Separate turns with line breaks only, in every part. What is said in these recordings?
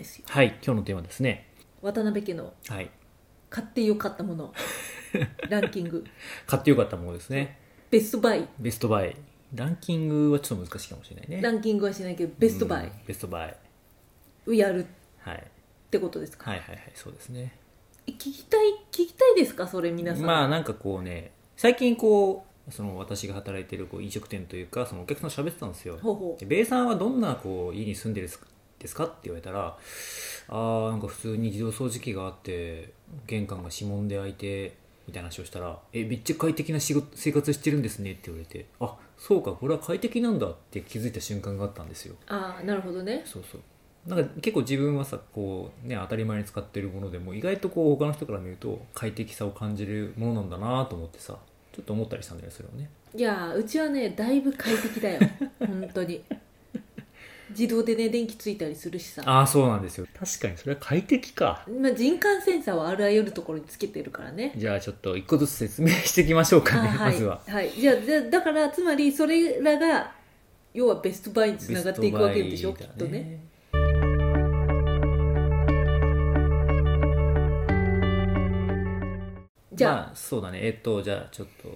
今日のテーマですね
渡辺家の
はい
買ってよかったも のランキング
買ってよかったものですね
ベストバイ
ベストバイランキングはちょっと難しいかもしれないね
ランキングはしないけどベストバ
う
イ
んベストバイ
をやるっ
はい
てことですか、
はいはいはいそうですね
え聞きたい聞きたいですかそれ皆さん、
まあなんかこうね最近こうその私が働いてるこう飲食店というかそのお客さんと喋ってたんですよ
ほうほう
で「米さんはどんなこう家に住んでるですですか?」って言われたら「あーなんか普通に自動掃除機があって玄関が指紋で開いて」みたいな話をしたら「えめっちゃ快適な仕事生活してるんですね」って言われて「あそうかこれは快適なんだ」って気づいた瞬間があったんですよ
ああなるほどね
そうそうなんか結構自分はさこう、ね、当たり前に使ってるものでも意外とこう他の人から見ると快適さを感じるものなんだなと思ってさちょっと思ったりしたんだよねそれをね
いやーうちはねだいぶ快適 だよ本当に自動でね電気ついたりするしさ
ああそうなんですよ確かにそれは快適か
まあ、人感センサーはあらゆるところにつけてるからね
じゃあちょっと一個ずつ説明していきましょうかね、
あはい、
まずは
はい、じゃあじゃあだからつまりそれらが要はベストバイにつながっていくわけでしょ、き
ベ
っ
スト
と
バイだ
ねじゃあ、
まあ、そうだねえっとじゃあちょっと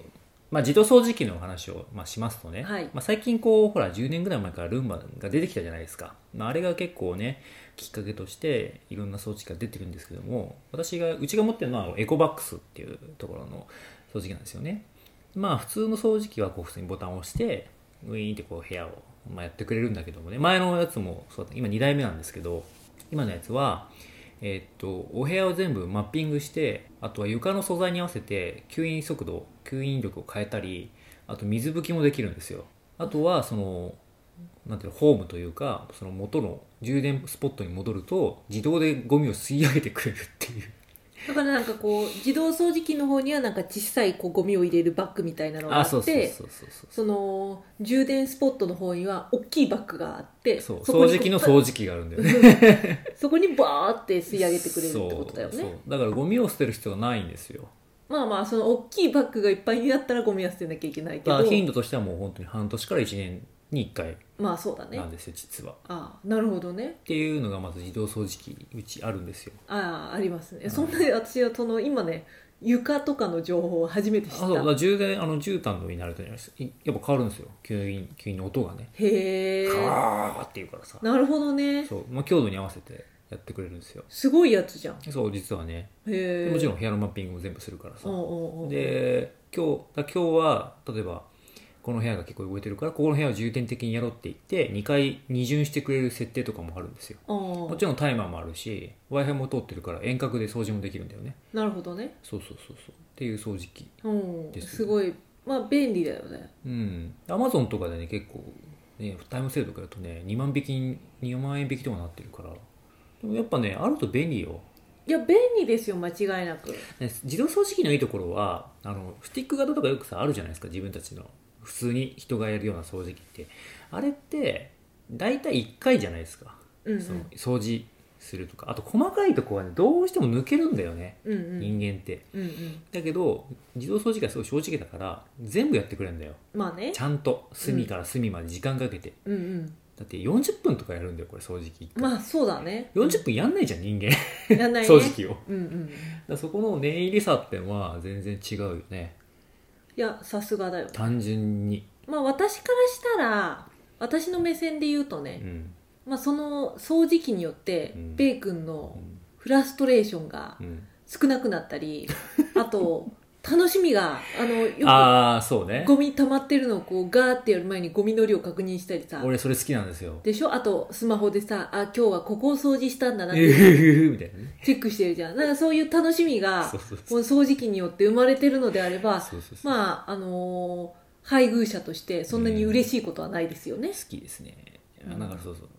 まあ自動掃除機の話を、まあ、しますとね、
はい
まあ、最近こうほら10年ぐらい前からルンバが出てきたじゃないですか、まあ、あれが結構ねきっかけとしていろんな装置が出てるんですけども私がうちが持ってるのはエコバックスっていうところの掃除機なんですよねまあ普通の掃除機はこう普通にボタンを押してウィーンってこう部屋を、まあ、やってくれるんだけどもね前のやつもそうだった今2代目なんですけど今のやつはえーっとお部屋を全部マッピングしてあとは床の素材に合わせて吸引速度吸引力を変えたりあと水拭きもできるんですよあとはそのなんていうのホームというかその元の充電スポットに戻ると自動でゴミを吸い上げてくれるっていう
だからなんかこう自動掃除機の方にはなんか小さいこうゴミを入れるバッグみたいなのがあ
あそ
っ
うそう
て
そうそうそう
その充電スポットの方には大きいバッグがあって
そう
こ
掃
に
除機の掃除機があるんだよね
そこにバーって吸い上げてくれるってことだよ
そうそ
ね
うだからゴミを捨てる必要がないんですよ
まあまあその大きいバッグがいっぱいになったらゴミは捨てなきゃいけないけ
だ
ど
から頻度としてはもう本当に半年から1年に1回
まあそうだね
なんですよ実は
ああなるほどね
っていうのがまず自動掃除機うちあるんですよ
ああありますねそんな私はその今ね床とかの情報を初めて知
あ
っ
そうだか
た
ら充電あの絨毯の上になるとねいやっぱ変わるんですよ吸引吸引の音がね
へえ
カーっていうからさ
なるほどね
そう、まあ、強度に合わせてやってくれるんですよ
すごいやつじゃん
そう実はね
へえ
もちろん部屋のマッピングも全部するからさ
うんうんうん
で今日だ今日は例えばこの部屋が結構動いてるからここの部屋を重点的にやろうって言って2回二巡してくれる設定とかもあるんですよ
うんう
も
ん
ちろんタイマーもあるし w i f i も通ってるから遠隔で掃除もできるんだよね
なるほどね
そうそうそうそうっていう掃除機
うん
です
すごいまあ便利だよね
うんアマゾンとかでね結構ねタイムセールとかやるとね2万引き2万円引きとかなってるからでもやっぱねあると便利よ
いや便利ですよ間違いなく
ね自動掃除機のいいところはあのスティック型とかよくさあるじゃないですか自分たちの普通に人がやるような掃除機ってあれって大体1回じゃないですか、
うんうん
その掃除するとかあと細かいとこはねどうしても抜けるんだよね、
うんうん
人間って
うんうん
だけど自動掃除機はすごい正直だから全部やってくれるんだよ
まあね
ちゃんと隅から隅まで時間かけて、
うんうん
だって40分とかやるんだよこれ掃除機1回、
まあそうだね
40分やんないじゃん人間、
分やんないね
掃除機をだか
うんうん
らそこの念入りさってのは全然違うよね
いやさすがだよ
単純に
まあ私からしたら私の目線で言うと
う
ね、
ん
まあ、その掃除機によって、
うん
ベイ君の
うん
フラストレーションが
うん
少なくなった り、あと楽しみがあのよ
ああそうね
くゴミ溜まってるのをこうガーってやる前にゴミの量確認したりさ
俺それ好きなんですよ
でしょあとスマホでさあ今日はここを掃除したんだなっ
う
て
ふ ふみたいなね
チェックしてるじゃんなんかそういう楽しみが
そうそう
こ
そう
の掃除機によって生まれてるのであれば
そうそうそう
まああのー配偶者としてそんなに嬉しいことはないですよね、
好きですね
う
あ
ん
だからそうそう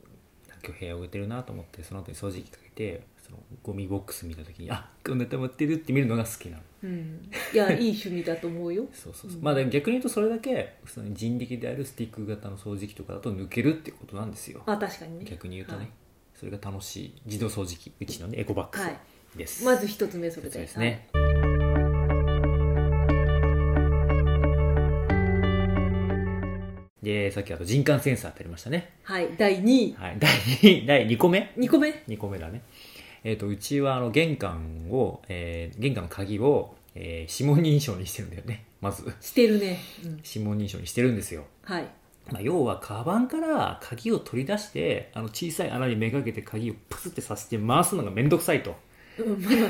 今日部屋置いてるなと思ってその後に掃除機かけてそのゴミボックス見た時にあこんな溜まってるって見るのが好きなの
うん、いやいい趣味だと思 うよ
そうそうそう、
うん
まあでも逆に言うとそれだけその人力であるスティック型の掃除機とかだと抜けるってことなんですよ
まあ確かにね
逆に言うとね、
はい
それが楽しい自動掃除機うちのねエコバッグ
はい
です、
まず一つ目それで
そうですね、でさっきあと人感センサーってありましたね
はい、はい第2位
はい第 2, 第2個目
2個目
2個目だねえっ、と、うちはあの玄関を、えー玄関の鍵を、えー指紋認証にしてるんだよね。まず、
してるね、うん、
指紋認証にしてるんですよ。
はい
まあ、要は、カバンから鍵を取り出して、あの小さい穴にめがけて鍵をプスってさせて回すのがめんどくさいと。
うんまあ刺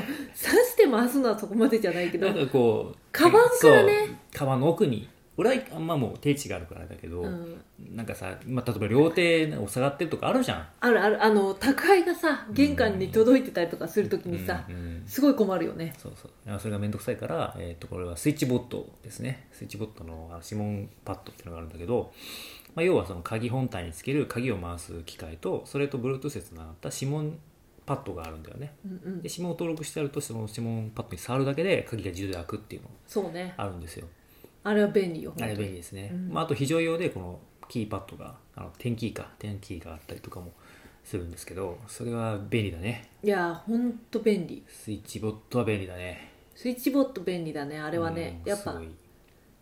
して回すのはそこまでじゃないけど
なんかこう、
カバンからね
そう。カバンの奥に。俺は、まあもう定置があるからだけど、
うん
なんかさ、まあ、例えば両手を下がってるとかあるじゃん。
あるあるあの宅配がさ玄関に届いてたりとかするときにさ、
うんうん
すごい困るよね
そうそうだからそれがめんどくさいから、えー、とこれはスイッチボットですねスイッチボットのあの指紋パッドっていうのがあるんだけど、まあ、要はその鍵本体につける鍵を回す機械とそれと Bluetooth でつながった指紋パッドがあるんだよね
うんうん
で指紋を登録してあるとその指紋パッドに触るだけで鍵が自動で開くっていうのが
そうね
あるんですよ
あれは便利よ
あれ便利ですね、
うん
まあ、あと非常用でこのキーパッドがあのテンキーかテンキーがあったりとかもするんですけどそれは便利だね
いやほんと便利
スイッチボットは便利だね
スイッチボット便利だねあ
あ
れはねやっぱ
すごい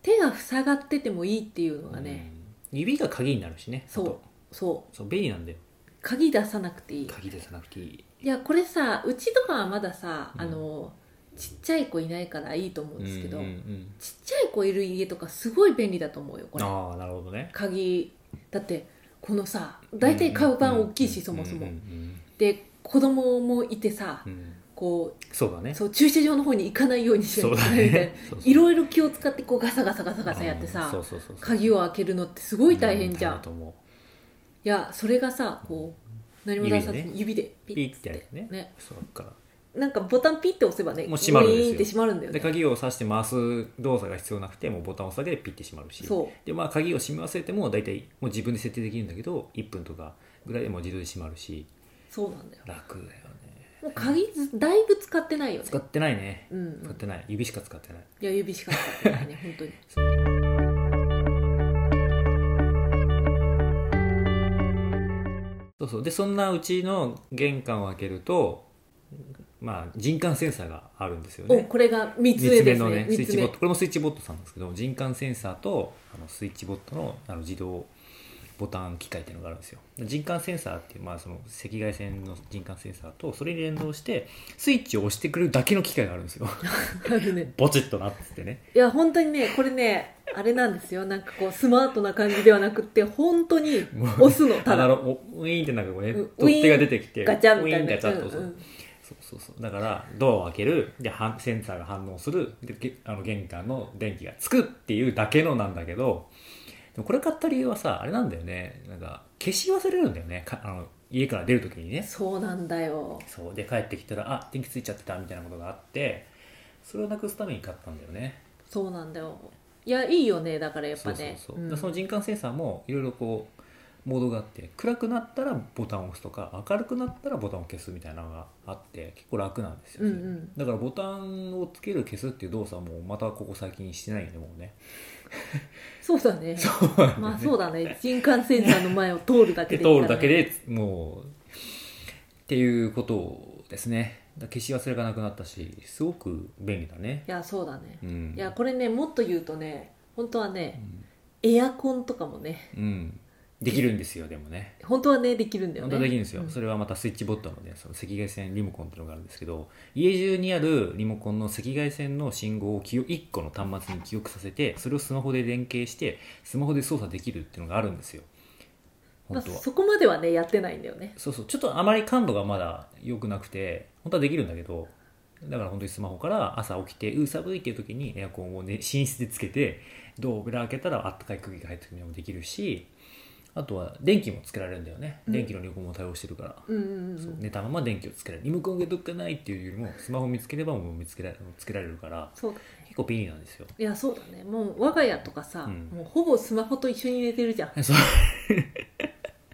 手が塞がっててもいいっていうのがね、
うん指が鍵になるしね
そ
あ
う
と
そ
そう便利なんだよ
う鍵出さなくていい
鍵出さなくていい
いやこれさうちとかはまださ、
うん
あのちっちゃい子いないからいいと思うんですけど、
うんうんうん
ちっちゃい子いる家とかすごい便利だと思うよこれ
ああなるほどね
鍵だってこのさ大体カバン大きいし、そもそも、
うんうん
で子供もいてさ、
うんうん
こ
そうだね
うそう駐車場の方に行かないようにしな
そ
きゃ
う
い
だ
けないみたいな
ねそうそう
いろいろ気を使ってこうガサガサガサガサやって
う
さ
ん、そうそうそうそう
鍵を開けるのってすごい大変じゃん、
う大だと思
いやそれがさこう何も出さずに指で
う
ピ
ピ
ッ
ッてやるね
ね
そうだから
なんかボタンピッて押せばね
もう閉まるんですよ
ウィーンって閉まるんだよ
で
ね
鍵を挿して回す動作が必要なくてもうボタンを押すだけでピッて閉まるし
そう
でまあ鍵を閉め忘れても大体もう自分で設定できるんだけど1分とかぐらいでもう自動で閉まるし
そうなんだよ
楽だよね
もう鍵ずだいぶ使ってないよね
使ってないね
うんうん、
使ってない指しか使ってない
いや指しか使ってないね本当 に
そうそうでそんなうちの玄関を開けるとまあ人感センサーがあるんですよ
お
ね
これが3つ
三
目
つ目
です
の
ね
ね
三
スイッ
つ
チボッ
目
トこれもスイッチボットさんなんですけど人感センサーとあのスイッチボットのあの自動ボタン機械っていうのがあるんですよ人感センサーっていう、まあ、その赤外線の人感センサーとそれに連動してスイッチを押してくれるだけの機械があるんです よ
あるね
ボチッとなっつってね
いや本当にねこれねあれなんですよなんかこうスマートな感じではなくって本当に押すのた
た
だ
だのウィーンってなんかこうね
うん
取っ手が出てきて
ガチャンみたい
ウィー
な
ンガチャンと、
うんうん
そうそうそうだからドアを開けるではんセンサーが反応するでげあの玄関の電気がつくっていうだけのなんだけどでもこれ買った理由はさあれなんだよねなんか消し忘れるんだよねかあの家から出る時にね
そうなんだよ
そうで帰ってきたらあ電気ついちゃってたみたいなことがあってそれをなくすために買ったんだよね
そうなんだよいやいいよねだからやっぱね
そうそうそう、
うん
でその人感センサーもいろいろこうモードがあって暗くなったらボタンを押すとか明るくなったらボタンを消すみたいなのがあって結構楽なんですよ、ね
うんうん
だからボタンをつける消すっていう動作もまたここ最近してないよねもうね
そうだね
そうなんだよね
まあそうだね人感センサーの前を通るだけ
で
で
通るだけでもうっていうことですねだから消し忘れがなくなったしすごく便利だね
いやそうだね
うん
いやこれねもっと言うとね本当は
う
ね
ん
エアコンとかもね
うんできるんですよでもね
本当はねできるんだよ
本
ね
当はできるんですよ、
う
それはまたスイッチボットのねその赤外線リモコンっていうのがあるんですけど家中にあるリモコンの赤外線の信号を記憶1個の端末に記憶させてそれをスマホで連携してスマホで操作できるっていうのがあるんですよ
まあ
本当は、
そこまではねやってないんだよね
そうそうちょっとあまり感度がまだ良くなくて本当はできるんだけどだから本当にスマホから朝起きてうー寒いっていう時にエアコンを、ね、寝室でつけてドアを開けたらあったかい空気が入ってくるのもできるしあとは電気もつけられるんだよね、
うん
電気のリモコンも対応してるから、
うんうんうん
そううん寝たまま電気をつけられるリモコンがどっかないっていうよりもスマホを見つければもう見つけられつけられるから
そうだね
結構便利なんですよ
いやそうだねもう我が家とかさ、
うん
もうほぼスマホと一緒に寝てるじゃん
そう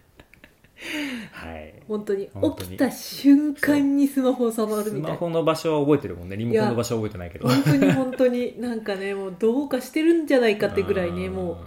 はい
本当に
本当に
起きた瞬間にスマホを触る
ス
みた
マ
いな
ホの場所は覚えてるもんねリモコンの場所は覚えてないけど
本当に本当になんかねもうどうかしてるんじゃないかってぐらいね
ん
もう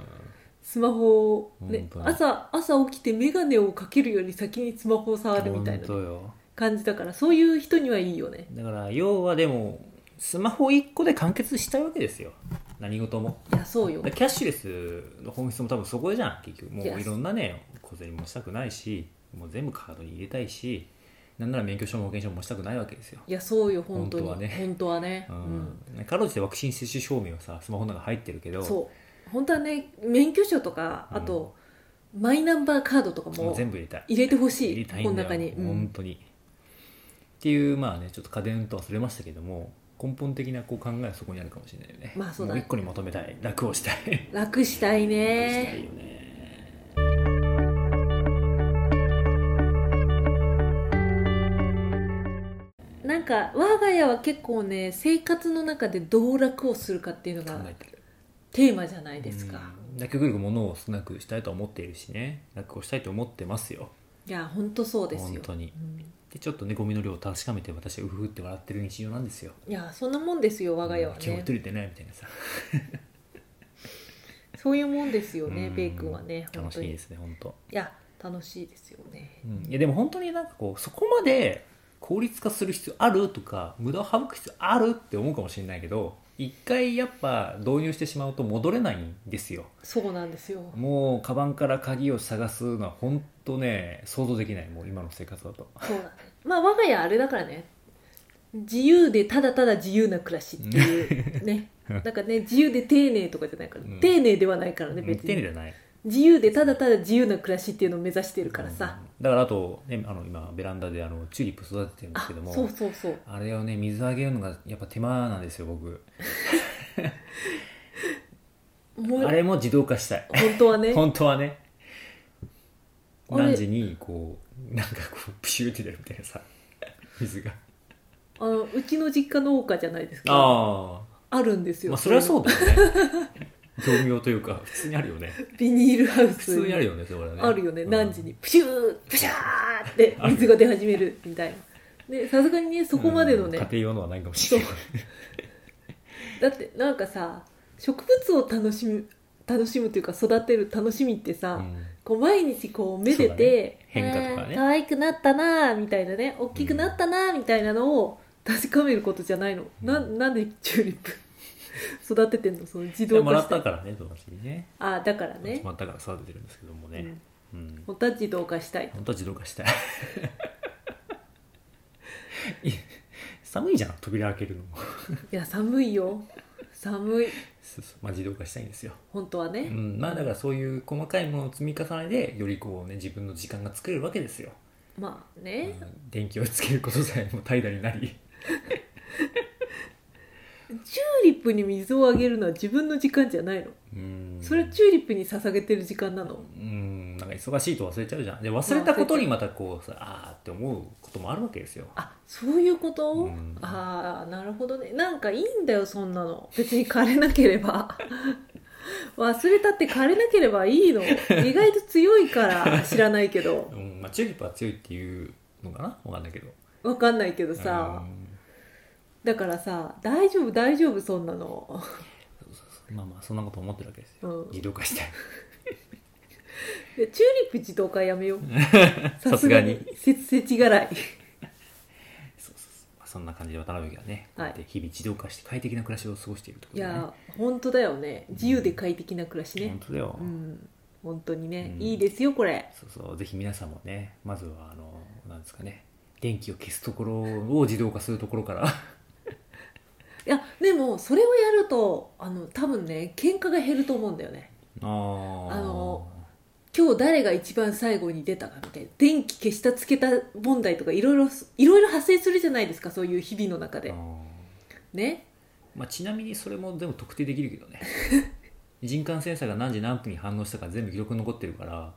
スマホを、ね
本、当に
朝朝起きて眼鏡をかけるより先にスマホを触るみたいな
本当よ
感じだからそういう人にはいいよね
だから要はでもスマホ1個で完結したいわけですよ何事も
いやそうよ
だからキャッシュレスの本質も多分そこじゃん結局もう
Yes
いろんなね小銭もしたくないしもう全部カードに入れたいしなんなら免許証も保険証もしたくないわけですよ、
いやそうよ本当に
本当はね
本当はね、
う
うん
んかろうじてワクチン接種証明はさスマホの中入ってるけど
そう本当はね免許証とか
うん
あと、マイナンバーカードとか
も
も
う全部入れたい
入れてほしい
入れたい
こ
ん
の
だよ
中に、うん
本当にっていうまあねちょっと家電とはそれましたけども根本的なこう考えはそこにあるかもしれないよね
まあそうだね
も一個にまとめたい楽をしたい
楽したい
したい
ね
よね
なんか我が家は結構ね生活の中でどう楽をするかっていうの
考
が
えてる
テーマじゃないですか、
うんなるべく物を少なくしたいとは思っているしね楽をしたいと思ってますよ
いや本当そうです
本
よ、
当に
うん
でちょっとねゴミの量を確かめて私はうふふって笑ってる日常なんですよ
いやそんなもんですよ我が家は
うん今日
ね
一人でないみたいなさ
そういうもんですよね
うん
ベイ君はね本
楽
当
し
に
い
い
ですね本当
や楽しいですよね、
うんいやでも本当になんかこうそこまで効率化する必要あるとか無駄を省く必要あるって思うかもしれないけど一回やっぱ導入してしまうと戻れないんですよ
そうなんですよ
もうカバンから鍵を探すのは本当ね想像できないもう今の生活だと
そうだねまあ我が家あれだからね自由でただただ自由な暮らしっていう ねなんかね自由で丁寧とかじゃないから、
うん
丁寧ではないからね
見
別
て
に
るじゃない
自由でただただ自由な暮らしっていうのを目指してるからさ、
うんだからあと、ね、あの今ベランダであのチューリップ育ててるんです
あ
けども
そうそうそう
あれをね水あげるのがやっぱ手間なんですよ僕
もう
あれも自動化したい
本当はね
本当はね
あれ
何時にこうなんかこうプシューって出るみたいな さ水が
あのうちの実家農家じゃないですかあ
あ
るんです
あ
よ、
まあそれはそう
う
だ よね業務用というか普通にあるよね
ビニールハウス
普通にあるよねそれはね
あるよね、
うん
何時にプシュープシャーって水が出始めるみたいなでさすがにねそこまでのね、
うん家庭用のはないかもしれない
だってなんかさ植物を楽しむ楽しむというか育てる楽しみってさ、
うん
こう毎日こうめでて、
そうだね変化とかね
あー可愛くなったなーみたいなね大きくなったなーみたいなのを確かめることじゃないの、
うん
ななんでチューリップ 育ててんのその自
で
動
もら
化
っ
した
たからね友達にね
あーだからね
もらったから育ててるんですけども
う
ね
ん
うん
本当は自動化したい
本当は自動化したい い寒いじゃん扉開けるのも
いや寒いよ寒い
そうそうまあ自動化したいんですよ
本当はね、
うん、まあだからそういう細かいものを積み重ねでよりこうね自分の時間が作れるわけですよ、
まあ
う
ね、
ん電気をつけることさえも怠惰になり
チューリップに水をあげるのは自分の時間じゃないの
うん
それチューリップに捧げてる時間なの
うんなんか忙しいと忘れちゃうじゃんで忘れたことにまたこうさあーって思うこともあるわけですよ
あそういうこと、
うん
ああなるほどねなんかいいんだよそんなの別に枯れなければ 忘れたって枯れなければいいの意外と強いから知らないけど
うんまあチューリップは強いっていうのかなわかんないけど
わかんないけどさ
うん
だからさ大丈夫大丈夫そんなの
まあまあそんなこと思ってるわけですよ、
うん
自動化したい
いやチューリップ自動化やめよう
さすがに
せせちがらい
そうそうそうまあそんな感じで渡辺家はね、
はい
こうやって日々自動化して快適な暮らしを過ごしているとこ
い
ろね
や本当だよね自由で快適な暮らしね
本当だよ、
うん本当にね、
うん
いいですよこれ
そうそうぜひ皆さんもねまずはあのなんですかね電気を消すところを自動化するとこ ろから
いやでもそれをやるとあの多分ね喧嘩が減ると思うんだよね
あー
あの今日誰が一番最後に出たかみたいな電気消したつけた問題とかいろいろいろいろ発生するじゃないですかそういう日々の中
あ
で
ー
ね
まあ、ちなみにそれもでも特定できるけど ね人感センサーが何時何分に反応したか全部記録に残ってるから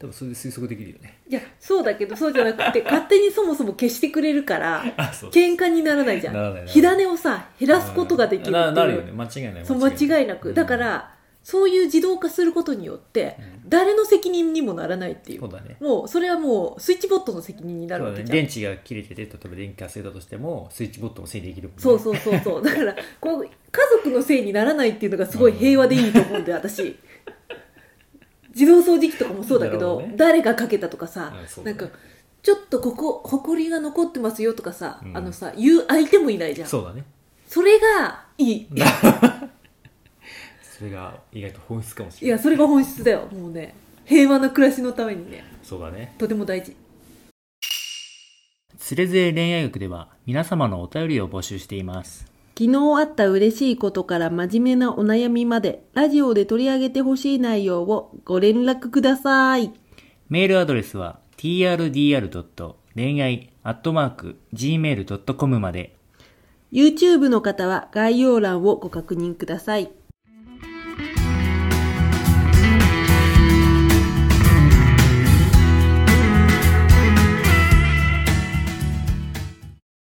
多分それで推測できるよね
いやそうだけどそうじゃなくて勝手にそもそも消してくれるから
あそう
喧嘩にならないじゃ
ならないなんらない
火種をさ減らすことができるってい
な
う
なるよね間違いない
そう間違いなく、だか、
うん
らそういう自動化することによって
うん
誰の責任にもならないっていう
そうだね
もうそれはもうスイッチボットの責任にな
そ
る
う
わ
だ
け
ね
じゃん
電池が切れてて例えば電気が忘れたとしてもスイッチボットのせいでできるもんね
そうそうそうそう。だから、こう、家族のせいにならないっていうのがすごい平和でいいと思うんだよ、私。自動掃除機とかもそうだけど、
なるほどね
誰がかけたとかさ、
うんそう
な
だ
ん
ね
か、ちょっとここ、ほこりが残ってますよとかさ、
うん
あのさ、言う相手もいないじゃん。そ
そうだね
れがいい。
それが意外と本質かもし
い
れない
や、それが本質だよ、もうね。平和な暮らしのためにね、
そうだね
とても大事。
つれづれ恋愛学では皆様のお便りを募集しています。
昨日あった嬉しいことから真面目なお悩みまで、ラジオで取り上げてほしい内容をご連絡ください。
メールアドレスは trdr. 恋愛 .gmail.com まで。
YouTube の方は概要欄をご確認ください。